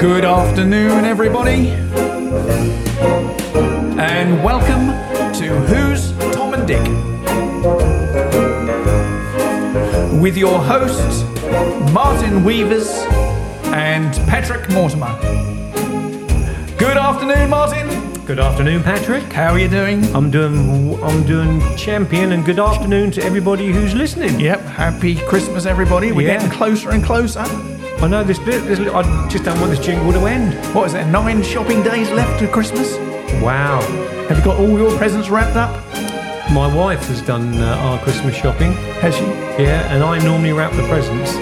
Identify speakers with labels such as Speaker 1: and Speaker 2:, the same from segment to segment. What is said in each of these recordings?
Speaker 1: Good afternoon, everybody, and welcome to Who's Tom and Dick with your hosts, Martin Weavers and Patrick Mortimer. Good afternoon, Martin.
Speaker 2: Good afternoon, Patrick.
Speaker 1: How are you doing?
Speaker 2: I'm doing I'm doing champion, and good afternoon to everybody who's listening.
Speaker 1: Yep, happy Christmas, everybody. We're
Speaker 2: Yeah.
Speaker 1: getting closer and closer.
Speaker 2: I know this bit. This, li- I just don't want this jingle to end.
Speaker 1: What is there, nine shopping days left to Christmas?
Speaker 2: Wow.
Speaker 1: Have you got all your presents wrapped up?
Speaker 2: My wife has done uh, our Christmas shopping.
Speaker 1: Has she?
Speaker 2: Yeah, and I normally wrap the presents.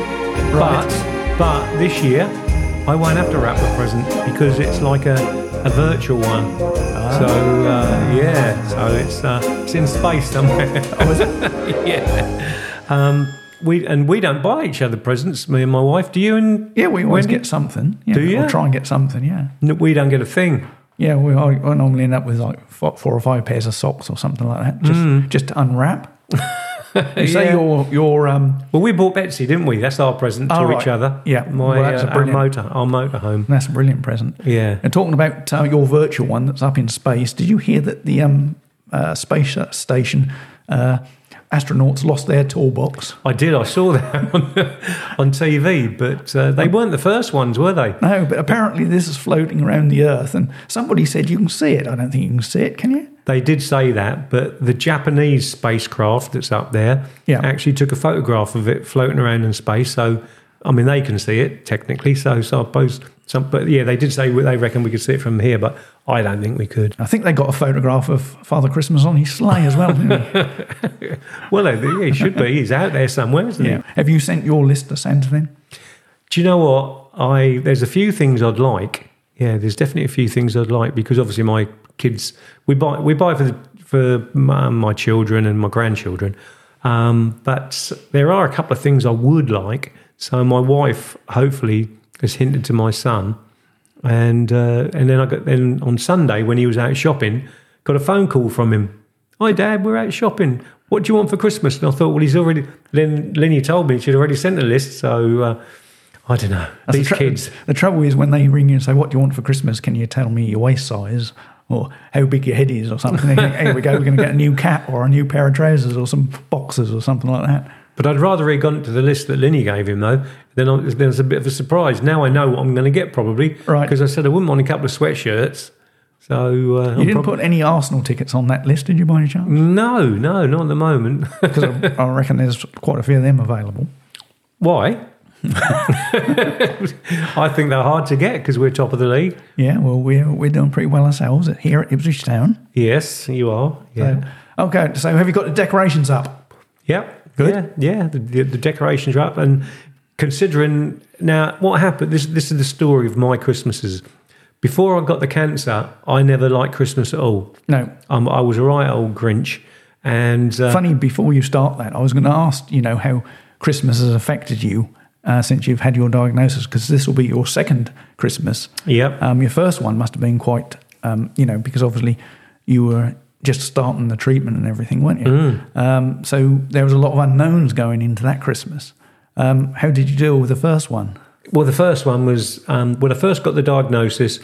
Speaker 1: Right.
Speaker 2: But but this year, I won't have to wrap the present because it's like a, a virtual one.
Speaker 1: Ah.
Speaker 2: So uh, yeah, so it's uh, it's in space somewhere. Oh, is it? yeah. Um, we and we don't buy each other presents. Me and my wife. Do you and
Speaker 1: Yeah, we always
Speaker 2: Wendy?
Speaker 1: get something. Yeah,
Speaker 2: Do ya?
Speaker 1: We'll try and get something, yeah.
Speaker 2: No, we don't get a thing.
Speaker 1: Yeah, we, I, I normally end up with like fo- four or five pairs of socks or something like that, just, just to unwrap. you say
Speaker 2: Mm. Yeah.
Speaker 1: your, your um,
Speaker 2: Well, we bought Betsy, didn't we? That's our present
Speaker 1: Oh,
Speaker 2: to
Speaker 1: right.
Speaker 2: each other.
Speaker 1: Yeah.
Speaker 2: my
Speaker 1: Well, that's
Speaker 2: uh,
Speaker 1: a
Speaker 2: our
Speaker 1: brilliant-
Speaker 2: motor, our motorhome.
Speaker 1: that's a brilliant present.
Speaker 2: Yeah.
Speaker 1: And talking about uh, your virtual one that's up in space, did you hear that the um, uh, space station uh, astronauts lost their toolbox?
Speaker 2: I did. I saw that on, on TV, but uh, they weren't the first ones, were they?
Speaker 1: No, but apparently this is floating around the Earth, and somebody said you can see it. I don't think you can see it, can you?
Speaker 2: They did say that, but the Japanese spacecraft that's up there
Speaker 1: Yeah.
Speaker 2: actually took a photograph of it floating around in space. So, I mean, they can see it technically. So, so I suppose some, but yeah, they did say they reckon we could see it from here, but I don't think we could.
Speaker 1: I think they got a photograph of Father Christmas on his sleigh as well. Didn't they?
Speaker 2: Well, they- yeah, it should be. He's out there somewhere, isn't he?
Speaker 1: Have you sent your list to Santa then?
Speaker 2: Do you know what? I there's a few things I'd like. Yeah, there's definitely a few things I'd like because obviously my kids we buy we buy for the, for my, my children and my grandchildren. Um, but there are a couple of things I would like. So my wife hopefully has hinted to my son, and uh, and then I got then on Sunday when he was out shopping, got a phone call from him. Hi, Dad, we're out shopping. What do you want for Christmas? And I thought, well, he's already. Then Lenny told me she'd already sent a list, so. Uh, I don't know.
Speaker 1: That's
Speaker 2: These
Speaker 1: the tr-
Speaker 2: kids.
Speaker 1: The trouble is when they ring you and say, "What do you want for Christmas? Can you tell me your waist size?" Or how big your head is, or something. And you think, Here we go. We're going to get a new cap, or a new pair of trousers, or some boxes, or something like that.
Speaker 2: But I'd rather he'd gone to the list that Lenny gave him, though. Then I, then it's a bit of a surprise. Now I know what I'm going to get, probably.
Speaker 1: Right.
Speaker 2: Because I said I wouldn't mind a couple of sweatshirts. So. Uh,
Speaker 1: You
Speaker 2: I'm
Speaker 1: didn't
Speaker 2: prob-
Speaker 1: put any Arsenal tickets on that list, did you, by any chance?
Speaker 2: no, no, not at the moment.
Speaker 1: Because I, I reckon there's quite a few of them available.
Speaker 2: Why? I think they're hard to get because we're top of the league.
Speaker 1: Yeah, well, we're we're doing pretty well ourselves here at Ipswich Town.
Speaker 2: Yes, you are. Yeah.
Speaker 1: So, okay, so have you got the decorations up?
Speaker 2: Yep.
Speaker 1: Good.
Speaker 2: Yeah. yeah. The, the, the decorations are up, and considering now what happened, this this is the story of my Christmases. Before I got the cancer, I never liked Christmas at all.
Speaker 1: No.
Speaker 2: Um, I was a right old Grinch, and uh,
Speaker 1: Funny, before you start that, I was going to ask, you know, how Christmas has affected you uh, since you've had your diagnosis, because this will be your second Christmas.
Speaker 2: yep,
Speaker 1: Um, your first one must have been quite, um, you know, because obviously you were just starting the treatment and everything, weren't you?
Speaker 2: Mm.
Speaker 1: Um, so there was a lot of unknowns going into that Christmas. Um, how did you deal with the first one?
Speaker 2: Well, the first one was um, when I first got the diagnosis.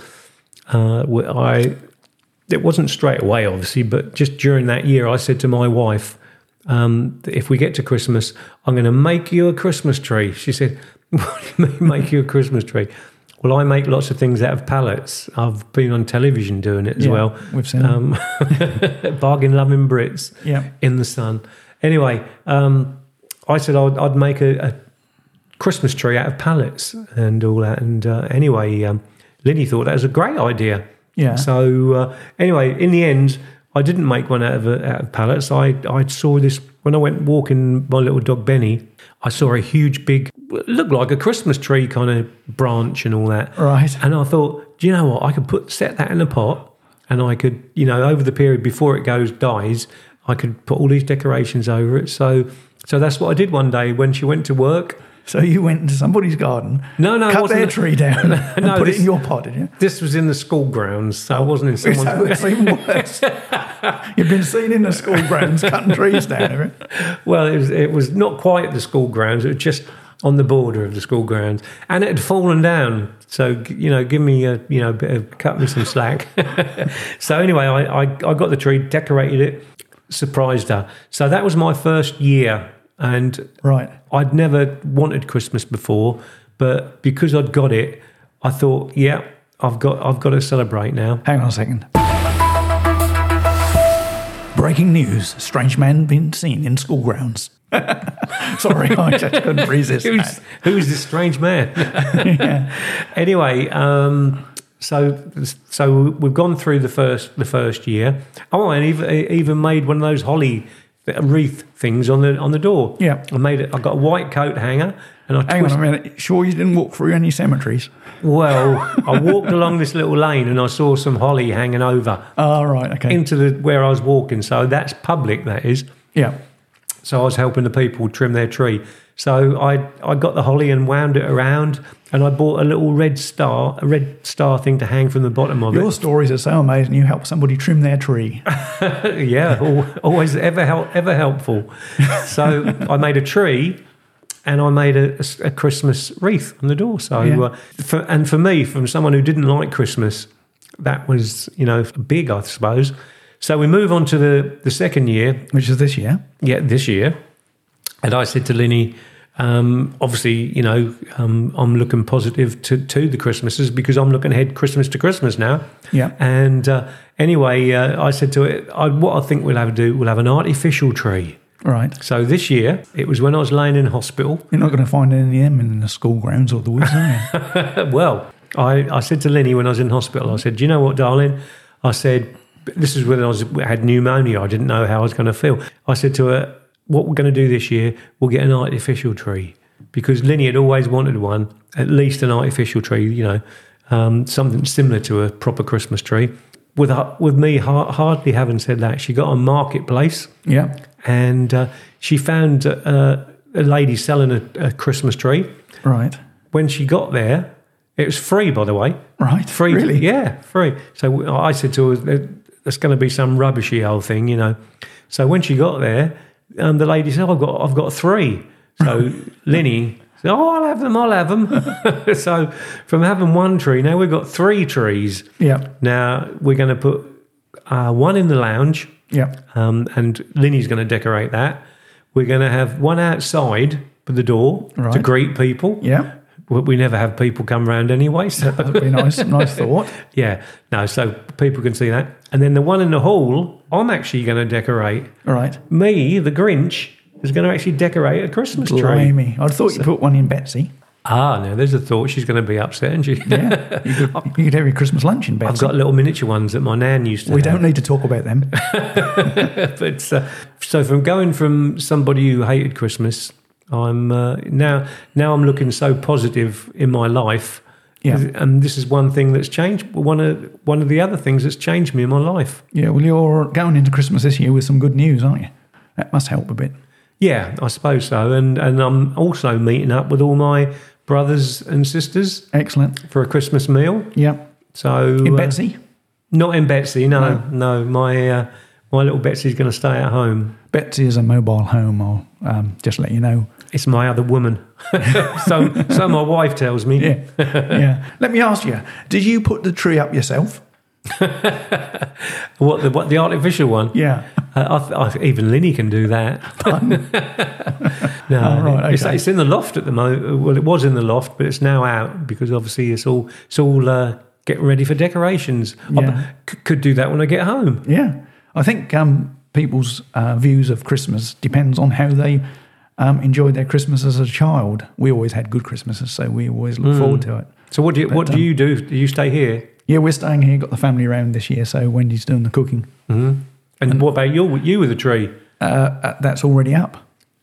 Speaker 2: Uh, wh- I it wasn't straight away, obviously, but just during that year, I said to my wife, um, that "If we get to Christmas, I'm going to make you a Christmas tree." She said, "What do you mean, make you a Christmas tree?" Well, I make lots of things out of pallets. I've been on television doing it as
Speaker 1: Yeah,
Speaker 2: well.
Speaker 1: we've seen
Speaker 2: um, bargain loving Brits
Speaker 1: Yeah.
Speaker 2: in the sun. Anyway, um, I said I'd, I'd make a, a Christmas tree out of pallets and all that. And uh, anyway, um, Linny thought that was a great idea.
Speaker 1: Yeah.
Speaker 2: So uh, anyway, in the end, I didn't make one out of, uh, out of pallets. I I saw this when I went walking my little dog Benny. I saw a huge, big, looked like a Christmas tree kind of branch and all that.
Speaker 1: Right.
Speaker 2: And I thought, do you know what? I could put set that in a pot, and I could, you know, over the period before it goes dies, I could put all these decorations over it. So, so that's what I did one day when she went to work.
Speaker 1: So you went into somebody's garden,
Speaker 2: No, no, it
Speaker 1: cut
Speaker 2: wasn't
Speaker 1: their
Speaker 2: the-
Speaker 1: tree down, and
Speaker 2: No,
Speaker 1: put it
Speaker 2: this-
Speaker 1: in your pod, did you?
Speaker 2: This was in the school grounds, so it wasn't in someone's.
Speaker 1: So it's even worse. You've been seen in the school grounds cutting trees down. haven't you?
Speaker 2: Well, it was, it was not quite at the school grounds. It was just on the border of the school grounds, and it had fallen down. So g- you know, give me a you know, bit of, cut me some slack. so anyway, I, I I got the tree, decorated it, surprised her. So that was my first year, and
Speaker 1: Right.
Speaker 2: I'd never wanted Christmas before, but because I'd got it, I thought, yeah, I've got I've got to celebrate now.
Speaker 1: Hang on a second. Breaking news: Strange man been seen in school grounds. Sorry, I just couldn't resist.
Speaker 2: Who's
Speaker 1: that.
Speaker 2: who's this strange man? Anyway, um, so so we've gone through the first the first year. Oh, and even even made one of those holly wreath things on the on the door.
Speaker 1: Yeah.
Speaker 2: I made it. I got a white coat hanger, and I
Speaker 1: Hang on
Speaker 2: twist-
Speaker 1: a minute. Sure, you didn't walk through any cemeteries?
Speaker 2: well, I walked along this little lane, and I saw some holly hanging over
Speaker 1: Oh, right. Okay.
Speaker 2: into the where I was walking. So that's public. That is.
Speaker 1: yeah.
Speaker 2: So I was helping the people trim their tree. So I I got the holly and wound it around, and I bought a little red star, a red star thing to hang from the bottom of
Speaker 1: Your stories are so amazing. You help somebody trim their tree.
Speaker 2: it. yeah, al- always ever help, ever helpful. So I made a tree, and I made a, a s- a Christmas wreath on the door. So
Speaker 1: Yeah.
Speaker 2: uh, for, and for me, from someone who didn't like Christmas, that was you know big, I suppose. So we move on to the the second year,
Speaker 1: Which is this year.
Speaker 2: yeah, this year. And I said to Linny, um, obviously, you know, um, I'm looking positive to, to the Christmases because I'm looking ahead Christmas to Christmas now.
Speaker 1: Yeah.
Speaker 2: And uh, anyway, uh, I said to it, I, what I think we'll have to do, we'll have an artificial tree.
Speaker 1: Right.
Speaker 2: So this year, it was when I was laying in hospital.
Speaker 1: You're not going to find any of them in the school grounds or the woods, are you?
Speaker 2: well, I, I said to Lenny when I was in hospital, I said, Do you know what, darling? I said, This is when I was had pneumonia. I didn't know how I was going to feel. I said to her, What we're going to do this year, we'll get an artificial tree because Lenny had always wanted one, at least an artificial tree, you know, um, something similar to a proper Christmas tree. With, her- with me har- hardly having said that, she got on Marketplace
Speaker 1: yeah.
Speaker 2: and uh, she found uh, a lady selling a, a Christmas tree
Speaker 1: Right.
Speaker 2: when she got there, it was free, by the way.
Speaker 1: Right.
Speaker 2: Free,
Speaker 1: Really?
Speaker 2: Yeah, free. So I said to her, "There- "There's going to be some rubbishy old thing, you know." So when she got there, um, the lady said, "I've got, I've got three. So Linny said, "Oh, I'll have them. I'll have them." so from having one tree, now we've got three trees.
Speaker 1: Yeah.
Speaker 2: Now we're going to put uh, one in the lounge,
Speaker 1: Yeah.
Speaker 2: um, and Linny's going to decorate that. We're going to have one outside the door to
Speaker 1: Right.
Speaker 2: greet people
Speaker 1: Yeah.
Speaker 2: we we never have people come round anyway. So
Speaker 1: That'd be nice. nice thought.
Speaker 2: yeah, no, so people can see that. And then the one in the hall, I'm actually going to decorate.
Speaker 1: Right.
Speaker 2: Me, the Grinch, is going to actually decorate a Christmas tree.
Speaker 1: Blimey. I thought you put one in Betsy.
Speaker 2: Ah, now there's a thought. She's going to be upset, isn't she?
Speaker 1: Yeah. You could, you could have your Christmas lunch in
Speaker 2: I've
Speaker 1: Betsy.
Speaker 2: got little miniature ones that my nan used to.
Speaker 1: we
Speaker 2: have.
Speaker 1: don't need to talk about them.
Speaker 2: but uh, so from going from somebody who hated Christmas, I'm uh, now now I'm looking so positive in my life.
Speaker 1: Yeah.
Speaker 2: And this is one thing that's changed. One of one of the other things that's changed me in my life.
Speaker 1: Yeah. Well, you're going into Christmas this year with some good news, aren't you? That must help a bit.
Speaker 2: Yeah, I suppose so. And and I'm also meeting up with all my brothers and sisters
Speaker 1: Excellent.
Speaker 2: for a Christmas meal.
Speaker 1: Yeah.
Speaker 2: So
Speaker 1: In
Speaker 2: uh,
Speaker 1: Betsy?
Speaker 2: not in Betsy. No, no. my uh, my little Betsy's going to stay at home.
Speaker 1: Betsy is a mobile home. I'll um, just let you know.
Speaker 2: It's my other woman. so so my wife tells me.
Speaker 1: Yeah. yeah. Let me ask you did you put the tree up yourself?
Speaker 2: What the what the artificial one?
Speaker 1: Yeah.
Speaker 2: Uh, I, th- I, even Linny can do that. no,
Speaker 1: Oh, right,
Speaker 2: it's,
Speaker 1: okay.
Speaker 2: it's in the loft at the moment. Well, it was in the loft, but it's now out because obviously it's all it's all uh, getting ready for decorations.
Speaker 1: Yeah.
Speaker 2: I c- could do that when I get home.
Speaker 1: Yeah, I think um, people's uh, views of Christmas depends on how they um, enjoyed their Christmas as a child. We always had good Christmases, so we always look forward to it.
Speaker 2: So what do you, what do you do? Do you stay here?
Speaker 1: Yeah, we're staying here. Got the family around this year, so Wendy's doing the cooking.
Speaker 2: Mm-hmm. And, what about you? You with the tree?
Speaker 1: Uh, uh, that's already up.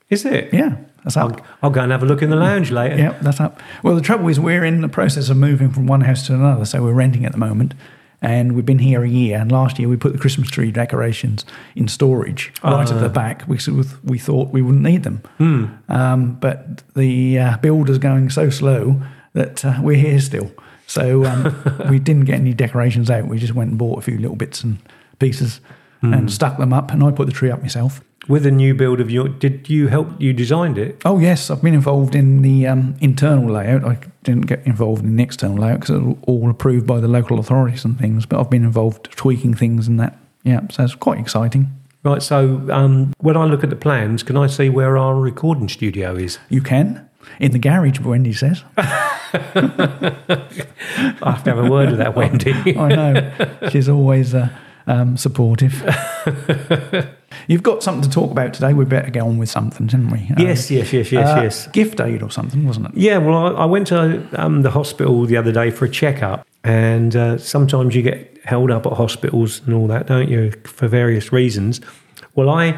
Speaker 2: Is it?
Speaker 1: Yeah, that's up.
Speaker 2: I'll, I'll go and have a look in the lounge later.
Speaker 1: Yeah, that's up. Well, the trouble is we're in the process of moving from one house to another, so we're renting at the moment, and we've been here a year. And last year we put the Christmas tree decorations in storage right at the back because we, we thought we wouldn't need them. Um, but the uh, builder's going so slow that uh, we're here still. So um, we didn't get any decorations out. We just went and bought a few little bits and pieces and stuck them up. And I put the tree up myself.
Speaker 2: With a new build of your, did you help? You designed it.
Speaker 1: Oh yes, I've been involved in the um, internal layout. I didn't get involved in the external layout because it was all approved by the local authorities and things. But I've been involved tweaking things and that. Yeah, so it's quite exciting.
Speaker 2: Right. So um, when I look at the plans, can I see where our recording studio is?
Speaker 1: You can in the garage, Wendy says.
Speaker 2: I have to have a word with that, Wendy.
Speaker 1: I know she's always uh, um, supportive. You've got something to talk about today. We better get on with something, didn't we? Uh,
Speaker 2: yes, yes, yes, yes,
Speaker 1: uh,
Speaker 2: yes.
Speaker 1: Gift aid or something, wasn't it?
Speaker 2: Yeah, well, I, I went to um, the hospital the other day for a checkup, and uh, sometimes you get held up at hospitals and all that, don't you, for various reasons. Well, I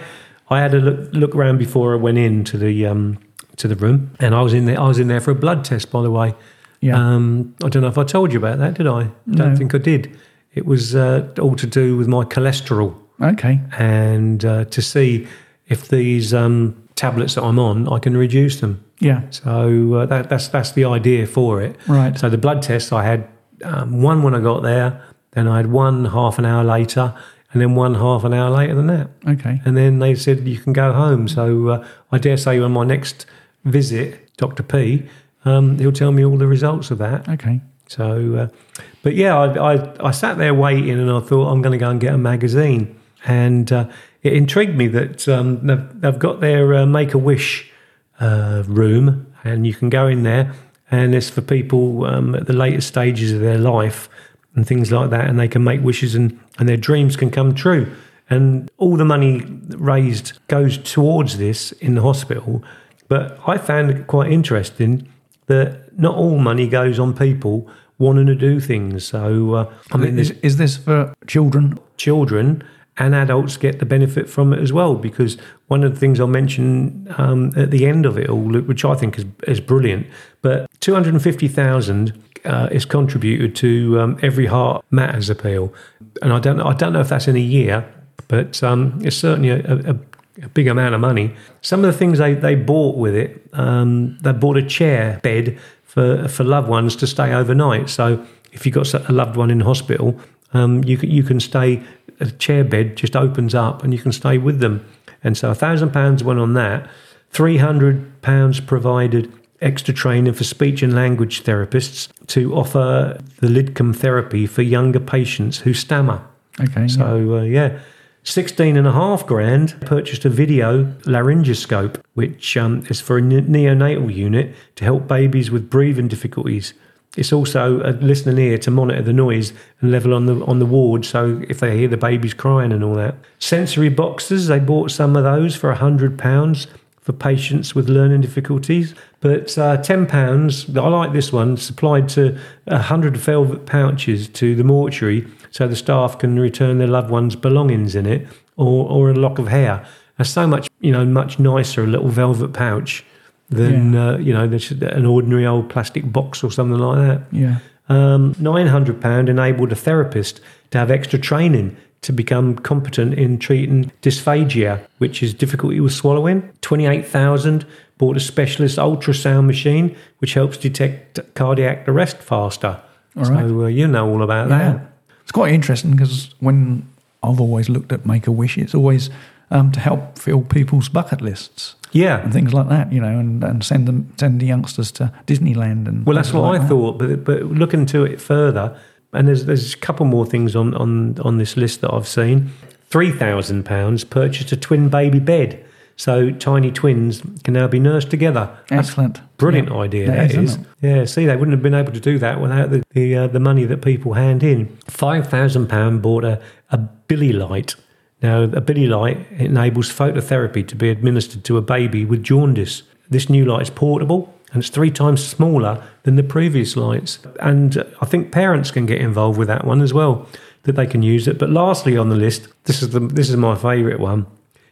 Speaker 2: I had a look look around before I went into the um, to the room, and I was in there. I was in there for a blood test, by the way.
Speaker 1: Yeah.
Speaker 2: Um, I don't know if I told you about that, did I? I don't
Speaker 1: No.
Speaker 2: think I did. It was uh, all to do with my cholesterol
Speaker 1: Okay.
Speaker 2: and uh, to see if these um, tablets that I'm on, I can reduce them.
Speaker 1: Yeah.
Speaker 2: So uh, that, that's that's the idea for it.
Speaker 1: Right.
Speaker 2: So the blood tests I had um, one when I got there, then I had one half an hour later, and then one half an hour later than that,
Speaker 1: Okay.
Speaker 2: and then they said you can go home. So uh, I dare say on my next visit, Doctor P, um, he'll tell me all the results of that.
Speaker 1: Okay.
Speaker 2: So, uh, but yeah, I, I I sat there waiting, and I thought I'm going to go and get a magazine, and uh, it intrigued me that um, they've, they've got their uh, Make a Wish uh, room, and you can go in there, and it's for people um, at the later stages of their life and things like that, and they can make wishes and and their dreams can come true, and all the money raised goes towards this in the hospital. But I found it quite interesting that not all money goes on people wanting to do things. So, uh, I mean,
Speaker 1: is,
Speaker 2: there's
Speaker 1: is this for children?
Speaker 2: children and adults get the benefit from it as well because one of the things I'll mention um, at the end of it all, which I think is, is brilliant, but 250,000 uh, is contributed to um, Every Heart Matters appeal. And I don't, know- I don't know if that's in a year, but um, it's certainly a, a, a big amount of money. Some of the things they, they bought with it, um, they bought a chair bed for, for loved ones to stay overnight. So if you've got a loved one in hospital, um, you can you can stay a chair bed just opens up and you can stay with them. And so a thousand pounds went on that. Three hundred pounds provided extra training for speech and language therapists to offer the Lidcombe therapy for younger patients who stammer.
Speaker 1: Okay.
Speaker 2: So uh, yeah, 16 and a half grand purchased a video laryngoscope, which um, is for a ne- neonatal unit to help babies with breathing difficulties. It's also a listening ear to monitor the noise and level on the on the ward. So if they hear the babies crying and all that, sensory boxes they bought some of those for a hundred pounds for patients with learning difficulties. But uh, ten pounds, I like this one, supplied to hundred velvet pouches to the mortuary, so the staff can return their loved ones' belongings in it, or or a lock of hair. That's so much, you know, much nicer a little velvet pouch than uh, you know this- an ordinary old plastic box or something like that.
Speaker 1: Yeah.
Speaker 2: Um, £900 enabled a therapist to have extra training to become competent in treating dysphagia, which is difficulty with swallowing. 28000 bought a specialist ultrasound machine, which helps detect cardiac arrest faster.
Speaker 1: All
Speaker 2: so
Speaker 1: right.
Speaker 2: uh, you know all about
Speaker 1: Yeah.
Speaker 2: that.
Speaker 1: It's quite interesting because when I've always looked at Make a Wish, it's always um, to help fill people's bucket lists
Speaker 2: Yeah.
Speaker 1: and things like that, you know, and, and send them send the youngsters to Disneyland and
Speaker 2: Well, that's
Speaker 1: places
Speaker 2: what
Speaker 1: like
Speaker 2: I
Speaker 1: that.
Speaker 2: thought, but but looking to it further, and there's there's a couple more things on on on this list that I've seen. Three thousand pounds purchased a twin baby bed, so tiny twins can now be nursed together. That's
Speaker 1: Excellent.
Speaker 2: a brilliant
Speaker 1: Yeah.
Speaker 2: idea.
Speaker 1: That
Speaker 2: That
Speaker 1: is,
Speaker 2: is.
Speaker 1: isn't
Speaker 2: Yeah. See, they wouldn't have been able to do that without the the, uh, the money that people hand in. Five thousand pound bought a a billy light. Now, a billy light enables phototherapy to be administered to a baby with jaundice. This new light is portable and it's three times smaller than the previous lights. And uh, I think parents can get involved with that one as well, that they can use it. But lastly on the list, this is the this is my favourite one.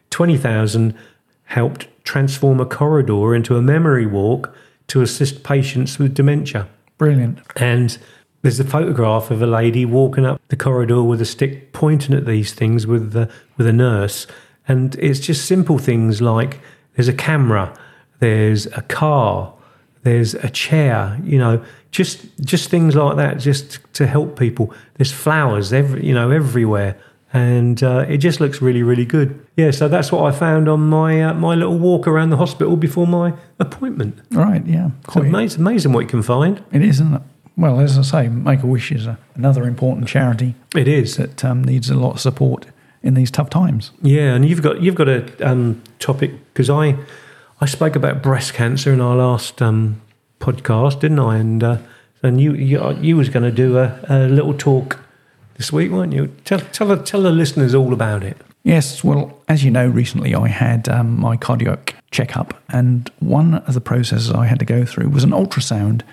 Speaker 2: Twenty thousand helped transform a corridor into a memory walk to assist patients with dementia.
Speaker 1: Brilliant.
Speaker 2: And There's a photograph of a lady walking up the corridor with a stick, pointing at these things with the, with a nurse, and it's just simple things like there's a camera, there's a car, there's a chair, you know, just just things like that, just to help people. There's flowers, every you know, everywhere, and uh, it just looks really, really good. Yeah, so that's what I found on my uh, my little walk around the hospital before my appointment.
Speaker 1: All right, yeah.
Speaker 2: It's
Speaker 1: Quite,
Speaker 2: amazing, amazing what you can find.
Speaker 1: it is, isn't it? Well, as I say, Make a Wish is a, another important charity
Speaker 2: It is.
Speaker 1: that um, needs a lot of support in these tough times.
Speaker 2: Yeah, and you've got you've got a um, topic because I I spoke about breast cancer in our last um, podcast, didn't I? And uh, and you you, you was going to do a, a little talk this week, weren't you? Tell tell the, tell the listeners all about it.
Speaker 1: Yes, well, as you know, recently I had um, my cardiac checkup, and one of the processes I had to go through was an ultrasound.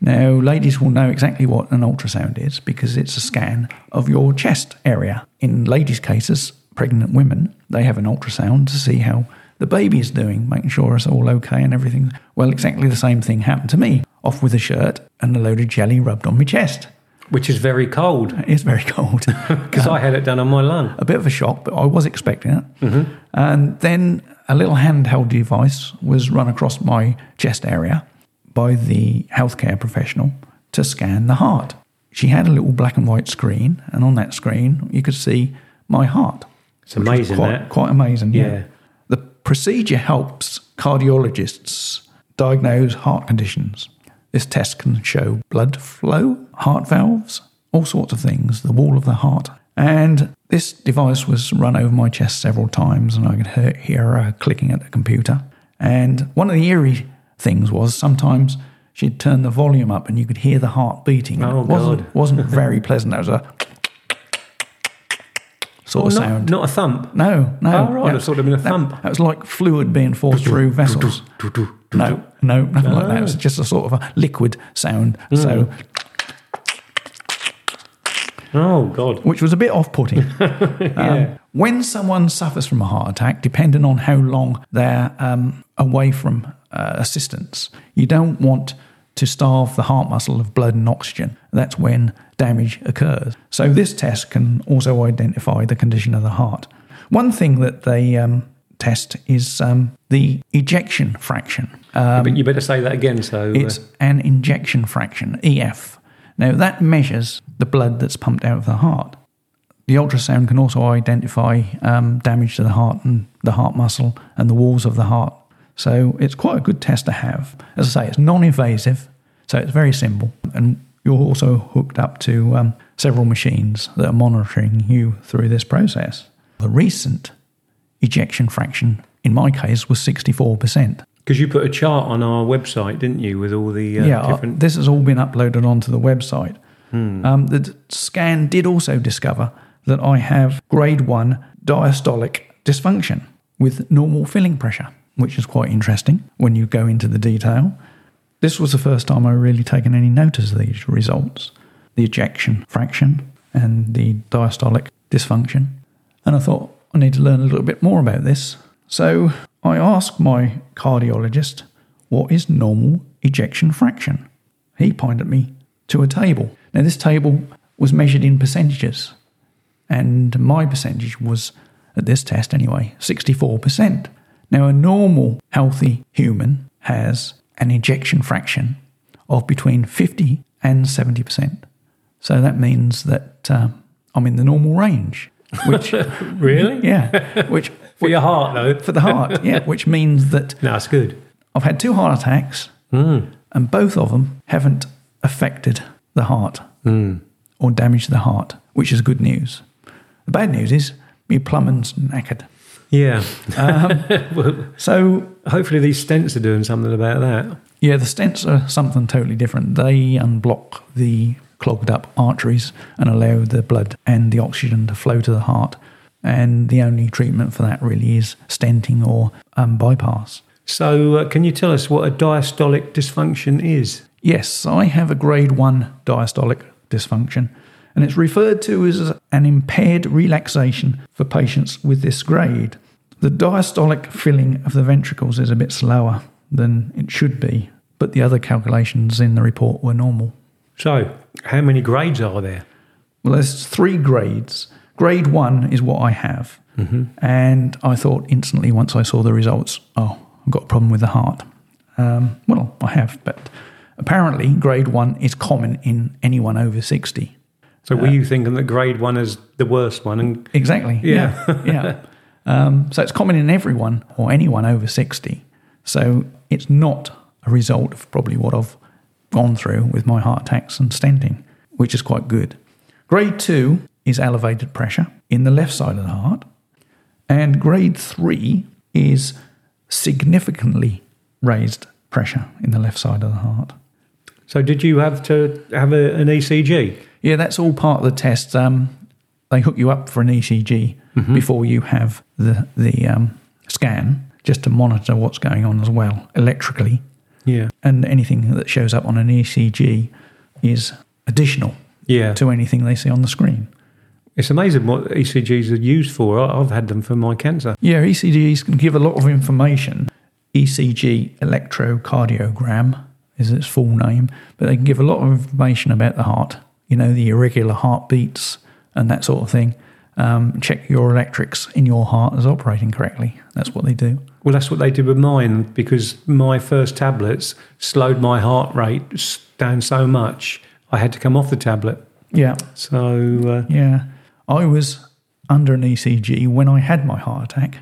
Speaker 1: Now, ladies will know exactly what an ultrasound is because it's a scan of your chest area. In ladies' cases, pregnant women, they have an ultrasound to see how the baby is doing, making sure it's all okay and everything. Well, exactly the same thing happened to me. Off with a shirt and a load of jelly rubbed on my chest.
Speaker 2: Which is very cold
Speaker 1: It's very cold.
Speaker 2: because I had it done on my lung.
Speaker 1: a bit of a shock, but I was expecting it. And then a little handheld device was run across my chest area by the healthcare professional to scan the heart. She had a little black and white screen, and on that screen you could see my heart.
Speaker 2: It's
Speaker 1: which was
Speaker 2: amazing
Speaker 1: quite,
Speaker 2: that.
Speaker 1: quite amazing.
Speaker 2: Yeah.
Speaker 1: the procedure helps cardiologists diagnose heart conditions. This test can show blood flow, heart valves, all sorts of things, the wall of the heart. And this device was run over my chest several times, and I could hear, hear her clicking at the computer. And one of the eerie things was sometimes she'd turn the volume up and you could hear the heart beating. and
Speaker 2: Oh,
Speaker 1: it wasn't, wasn't very pleasant. That was a sort of
Speaker 2: Not-
Speaker 1: sound.
Speaker 2: not a thump.
Speaker 1: No, no.
Speaker 2: Oh, right, I thought it'd been a
Speaker 1: that,
Speaker 2: thump.
Speaker 1: That was like fluid being forced through vessels. No, no, nothing like that. It was just a sort of a liquid sound, so
Speaker 2: Oh God.
Speaker 1: which was a bit off-putting. Um,
Speaker 2: Yeah.
Speaker 1: when someone suffers from a heart attack, depending on how long they're um, away from uh, assistance, you don't want to starve the heart muscle of blood and oxygen. That's when damage occurs. So, this test can also identify the condition of the heart. One thing that they um, test is um, the ejection fraction. Uh,
Speaker 2: but you better say that again. So uh,
Speaker 1: Um, It's an injection fraction, EF. Now, that measures the blood that's pumped out of the heart. The ultrasound can also identify um, damage to the heart and the heart muscle and the walls of the heart. So, it's quite a good test to have. As I say, it's non invasive, so it's very simple. And you're also hooked up to um, several machines that are monitoring you through this process. The recent ejection fraction, in my case, was 64%.
Speaker 2: because you put a chart on our website, didn't you, with all the uh,
Speaker 1: yeah, uh,
Speaker 2: different.
Speaker 1: this has all been uploaded onto the website. Um, the d- scan did also discover that I have grade one diastolic dysfunction with normal filling pressure, which is quite interesting when you go into the detail. This was the first time I really taken any notice of these results the ejection fraction and the diastolic dysfunction. And I thought, I need to learn a little bit more about this. So I asked my cardiologist, what is normal ejection fraction? He pointed me to a table. Now, this table was measured in percentages, and my percentage was, at this test anyway, 64%. Now, a normal healthy human has an ejection fraction of between 50 and 70%. So that means that um, I'm in the normal range, which,
Speaker 2: Really?
Speaker 1: yeah, which
Speaker 2: For your heart, though.
Speaker 1: for the heart, yeah, which means that
Speaker 2: No, it's good. Hmm.
Speaker 1: I've had two heart attacks, and both of them haven't affected the heart or damaged the heart, which is good news. The bad news is me plumbing's knackered.
Speaker 2: Yeah.
Speaker 1: So,
Speaker 2: Hopefully, these stents are doing something about that.
Speaker 1: yeah, the stents are something totally different. They unblock the clogged up arteries and allow the blood and the oxygen to flow to the heart. And the only treatment for that really is stenting or um, bypass.
Speaker 2: So, uh, can you tell us what a diastolic dysfunction is?
Speaker 1: Yes, I have a grade 1 diastolic dysfunction, and it's referred to as an impaired relaxation for patients with this grade. The diastolic filling of the ventricles is a bit slower than it should be, but the other calculations in the report were normal.
Speaker 2: So, How many grades are there?
Speaker 1: Well, there's three grades. Grade one is what I have. And I thought instantly once I saw the results, oh, I've got a problem with the heart. Um, well, I have, but apparently grade one is common in anyone over 60.
Speaker 2: So were you thinking that grade one is the worst one? And
Speaker 1: Exactly.
Speaker 2: Yeah.
Speaker 1: Yeah. yeah. Um, so it's common in everyone or anyone over 60. So it's not a result of probably what I've gone through with my heart attacks and stenting, which is quite good. Grade two is elevated pressure in the left side of the heart. And grade three is significantly raised pressure in the left side of the heart.
Speaker 2: so did you have to have a, an E ECG?
Speaker 1: Yeah, that's all part of the test. Um, they hook you up for an ECG before you have the the um, scan, just to monitor what's going on as well electrically,
Speaker 2: Yeah.
Speaker 1: and anything that shows up on an ECG is additional
Speaker 2: Yeah.
Speaker 1: to anything they see on the screen.
Speaker 2: It's amazing what ECGs are used for. I- I've had them for my cancer.
Speaker 1: Yeah, ECGs can give a lot of information. ECG, electrocardiogram, is its full name, but they can give a lot of information about the heart. You know, the irregular heartbeats and that sort of thing. Um, check your electrics in your heart is operating correctly. That's what they do.
Speaker 2: Well, that's what they did with mine because my first tablets slowed my heart rate s- down so much I had to come off the tablet.
Speaker 1: Yeah,
Speaker 2: So uh,
Speaker 1: yeah. I was under an ECG when I had my heart attack,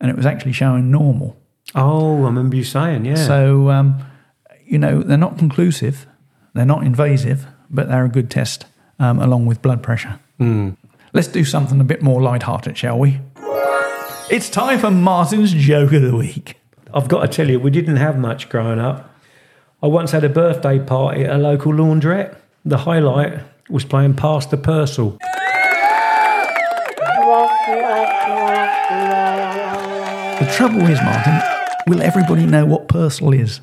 Speaker 1: and it was actually showing normal.
Speaker 2: oh, I remember you saying, yeah,
Speaker 1: So, um, you know, they're not conclusive, they're not invasive, but they're a good test um, along with blood pressure.
Speaker 2: Hmm.
Speaker 1: Let's do something a bit more lighthearted, shall we? It's time for Martin's joke of the week.
Speaker 2: I've got to tell you, we didn't have much growing up. I once had a birthday party at a local laundrette. The highlight was playing Pastor Purcell.
Speaker 1: The trouble is, Martin, will everybody know what Purcell is?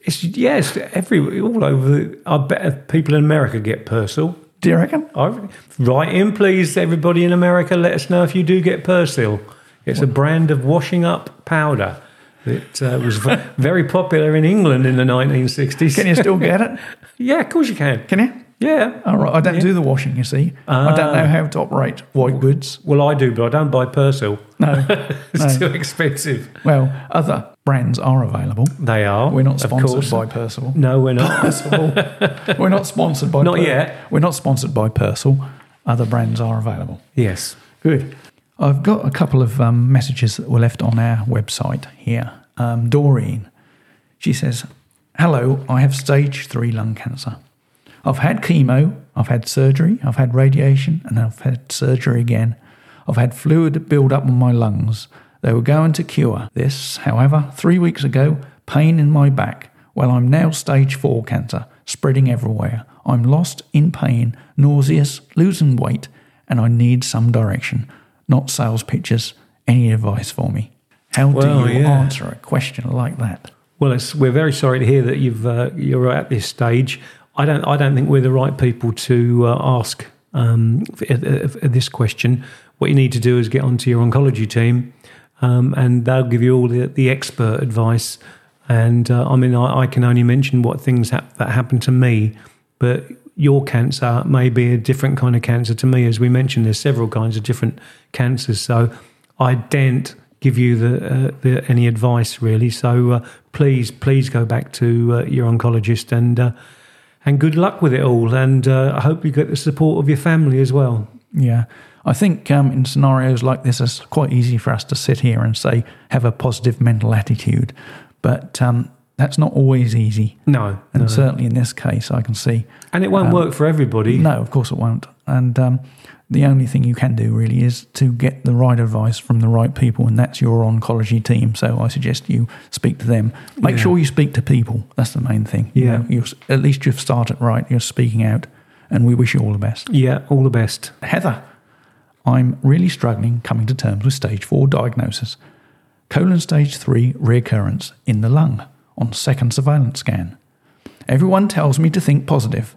Speaker 2: It's yes, every all over. the- I bet people in America get Purcell.
Speaker 1: Do you reckon?
Speaker 2: I, write in, please, everybody in America. Let us know if you do get Persil. It's a brand of washing up powder that uh, was ve- very popular in England in the 1960s.
Speaker 1: Can you still get it?
Speaker 2: Yeah, of course you can.
Speaker 1: Can you?
Speaker 2: Yeah.
Speaker 1: All right, I don't do the washing, you see. I don't
Speaker 2: Ah.
Speaker 1: know how to operate white goods.
Speaker 2: Well, I do, but I don't buy Persil.
Speaker 1: No.
Speaker 2: It's too expensive.
Speaker 1: well, other brands are available.
Speaker 2: They are.
Speaker 1: We're not
Speaker 2: of
Speaker 1: sponsored
Speaker 2: course.
Speaker 1: by Purcell.
Speaker 2: No, we're not.
Speaker 1: Percival. We're not sponsored by.
Speaker 2: Not yet.
Speaker 1: We're not sponsored by Persil. Other brands are available.
Speaker 2: yes.
Speaker 1: Good. I've got a couple of um, messages that were left on our website here. Um, Doreen, she says, "Hello, I have stage three lung cancer. I've had chemo, I've had surgery, I've had radiation, and I've had surgery again. I've had fluid build up on my lungs. They were going to cure this. However, three weeks ago, pain in my back. Well, I'm now stage four cancer, spreading everywhere. I'm lost in pain, nauseous, losing weight, and I need some direction, not sales pitches. Any advice for me? How
Speaker 2: Well,
Speaker 1: do you
Speaker 2: yeah.
Speaker 1: answer a question like that?
Speaker 2: Well, it's, we're very sorry to hear that you've uh, you're at this stage. I don't I don't think we're the right people to uh, ask um, f- uh, f- this question. What you need to do is get onto your oncology team, um, and they'll give you all the, the expert advice. And uh, I mean, I, I can only mention what things hap that happened to me, but your cancer may be a different kind of cancer to me. As we mentioned, there's several kinds of different cancers, so I daren't give you the, uh, the any advice really. So uh, please, please go back to uh, your oncologist and uh, and good luck with it all. And uh, I hope you get the support of your family as well.
Speaker 1: Yeah. I think um, in scenarios like this, it's quite easy for us to sit here and say, have a positive mental attitude. But um, that's not always easy.
Speaker 2: No,
Speaker 1: And uh,
Speaker 2: no.
Speaker 1: certainly in this case, I can see,
Speaker 2: and it won't work for everybody.
Speaker 1: no, of course it won't. And um, the only thing you can do really is to get the right advice from the right people, and that's your oncology team. So I suggest you speak to them. Make
Speaker 2: Yeah.
Speaker 1: sure you speak to people. That's the main thing. You
Speaker 2: Yeah.
Speaker 1: know, you're, at least you've started right. You're speaking out, and we wish you all the best.
Speaker 2: Yeah, all the best.
Speaker 1: Heather, I'm really struggling coming to terms with stage four diagnosis. Colon stage three reoccurrence in the lung on second surveillance scan. Everyone tells me to think positive,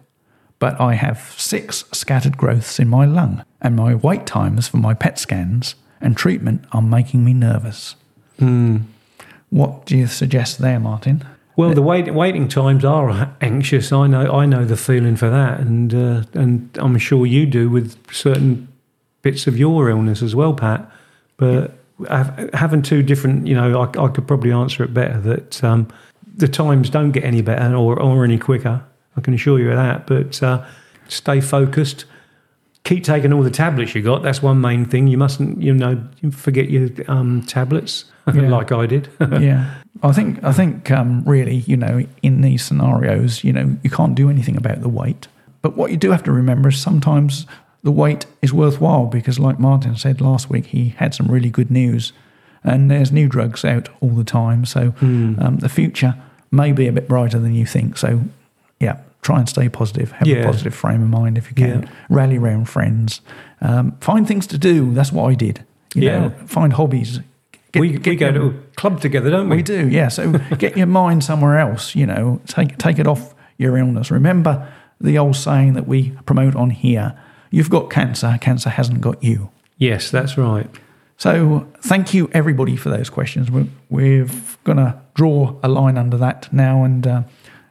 Speaker 1: but I have six scattered growths in my lung, and my wait times for my PET scans and treatment are making me nervous. What do you suggest there, Martin?
Speaker 2: Well, the wait, waiting times are anxious. I know, I know the feeling for that, and uh, and I'm sure you do with certain bits of your illness as well, Pat. But ha- having two different, you know, I, I could probably answer it better that um, the times don't get any better or, or any quicker. I can assure you of that. But uh, stay focused. Keep taking all the tablets you got. That's one main thing. You mustn't, you know, forget your um, tablets,
Speaker 1: Yeah.
Speaker 2: like I did.
Speaker 1: yeah. I think I think um, really, you know, in these scenarios, you know, you can't do anything about the weight. But what you do have to remember is sometimes the weight is worthwhile because, like Martin said last week, he had some really good news, and there's new drugs out all the time. So
Speaker 2: Hmm.
Speaker 1: um, the future may be a bit brighter than you think. So, yeah, try and stay positive. Have a
Speaker 2: Yeah.
Speaker 1: positive frame of mind if you can.
Speaker 2: Yeah.
Speaker 1: Rally around friends. Um, find things to do. That's what I did. You
Speaker 2: Yeah.
Speaker 1: know, find hobbies. Get-
Speaker 2: we
Speaker 1: get
Speaker 2: we go
Speaker 1: your-
Speaker 2: to a club together, don't we?
Speaker 1: we do, yeah. So get your mind somewhere else, you know, take, take it off your illness. Remember the old saying that we promote on here you've got cancer, cancer hasn't got you.
Speaker 2: Yes, that's right.
Speaker 1: So thank you, everybody, for those questions. We're, we're going to draw a line under that now and, uh,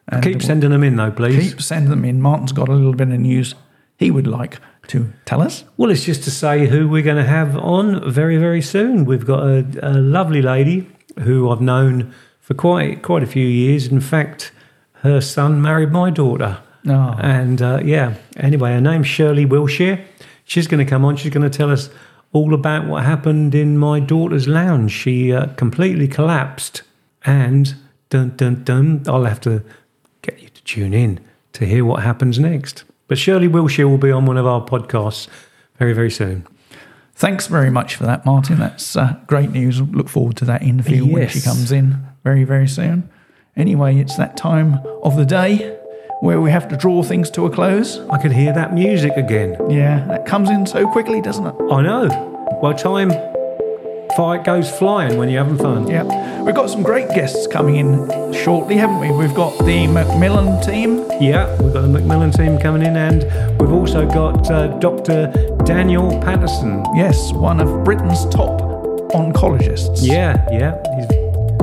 Speaker 1: and
Speaker 2: Keep sending them in though, please.
Speaker 1: keep sending them in. Martin's got a little bit of news he would like to tell us.
Speaker 2: Well, it's just to say who we're going to have on very, very soon. We've got a, a lovely lady who I've known for quite quite a few years. In fact, her son married my daughter.
Speaker 1: Oh.
Speaker 2: And uh, yeah, anyway, her name's Shirley Wilshire. She's going to come on. She's going to tell us all about what happened in my daughter's lounge. She uh, completely collapsed. And dun dun dun, I'll have to get you to tune in to hear what happens next. But Shirley Wilshire will be on one of our podcasts very, very soon.
Speaker 1: Thanks very much for that, Martin. That's uh, great news. Look forward to that interview when she
Speaker 2: Yes.
Speaker 1: comes in very, very soon. Anyway, it's that time of the day where we have to draw things to a close.
Speaker 2: I can hear that music again.
Speaker 1: Yeah, that comes in so quickly, doesn't it?
Speaker 2: I know. Well, time fly, goes flying when you're having fun.
Speaker 1: Yeah. We've got some great guests coming in shortly, haven't we? We've got the Macmillan team.
Speaker 2: Yeah, we've got the Macmillan team coming in, and we've also got uh, Dr. Daniel Patterson.
Speaker 1: Yes, one of Britain's top oncologists.
Speaker 2: Yeah, yeah, he's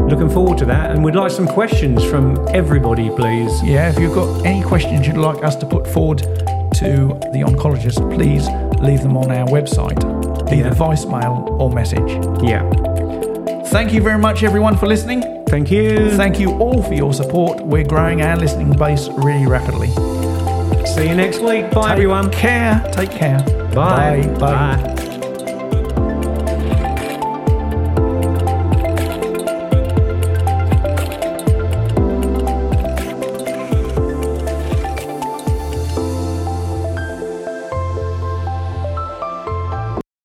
Speaker 2: looking forward to that. And we'd like some questions from everybody, please.
Speaker 1: Yeah, if you've got any questions you'd like us to put forward to the oncologist, please leave them on our website, either
Speaker 2: Yeah.
Speaker 1: voicemail or message.
Speaker 2: Yeah,
Speaker 1: Thank you very much, everyone, for listening.
Speaker 2: thank you.
Speaker 1: Thank you all for your support. We're growing our listening base really rapidly.
Speaker 2: See you next week. Bye, everyone.
Speaker 1: Care. Take care.
Speaker 2: Bye.
Speaker 1: Bye.
Speaker 2: Bye.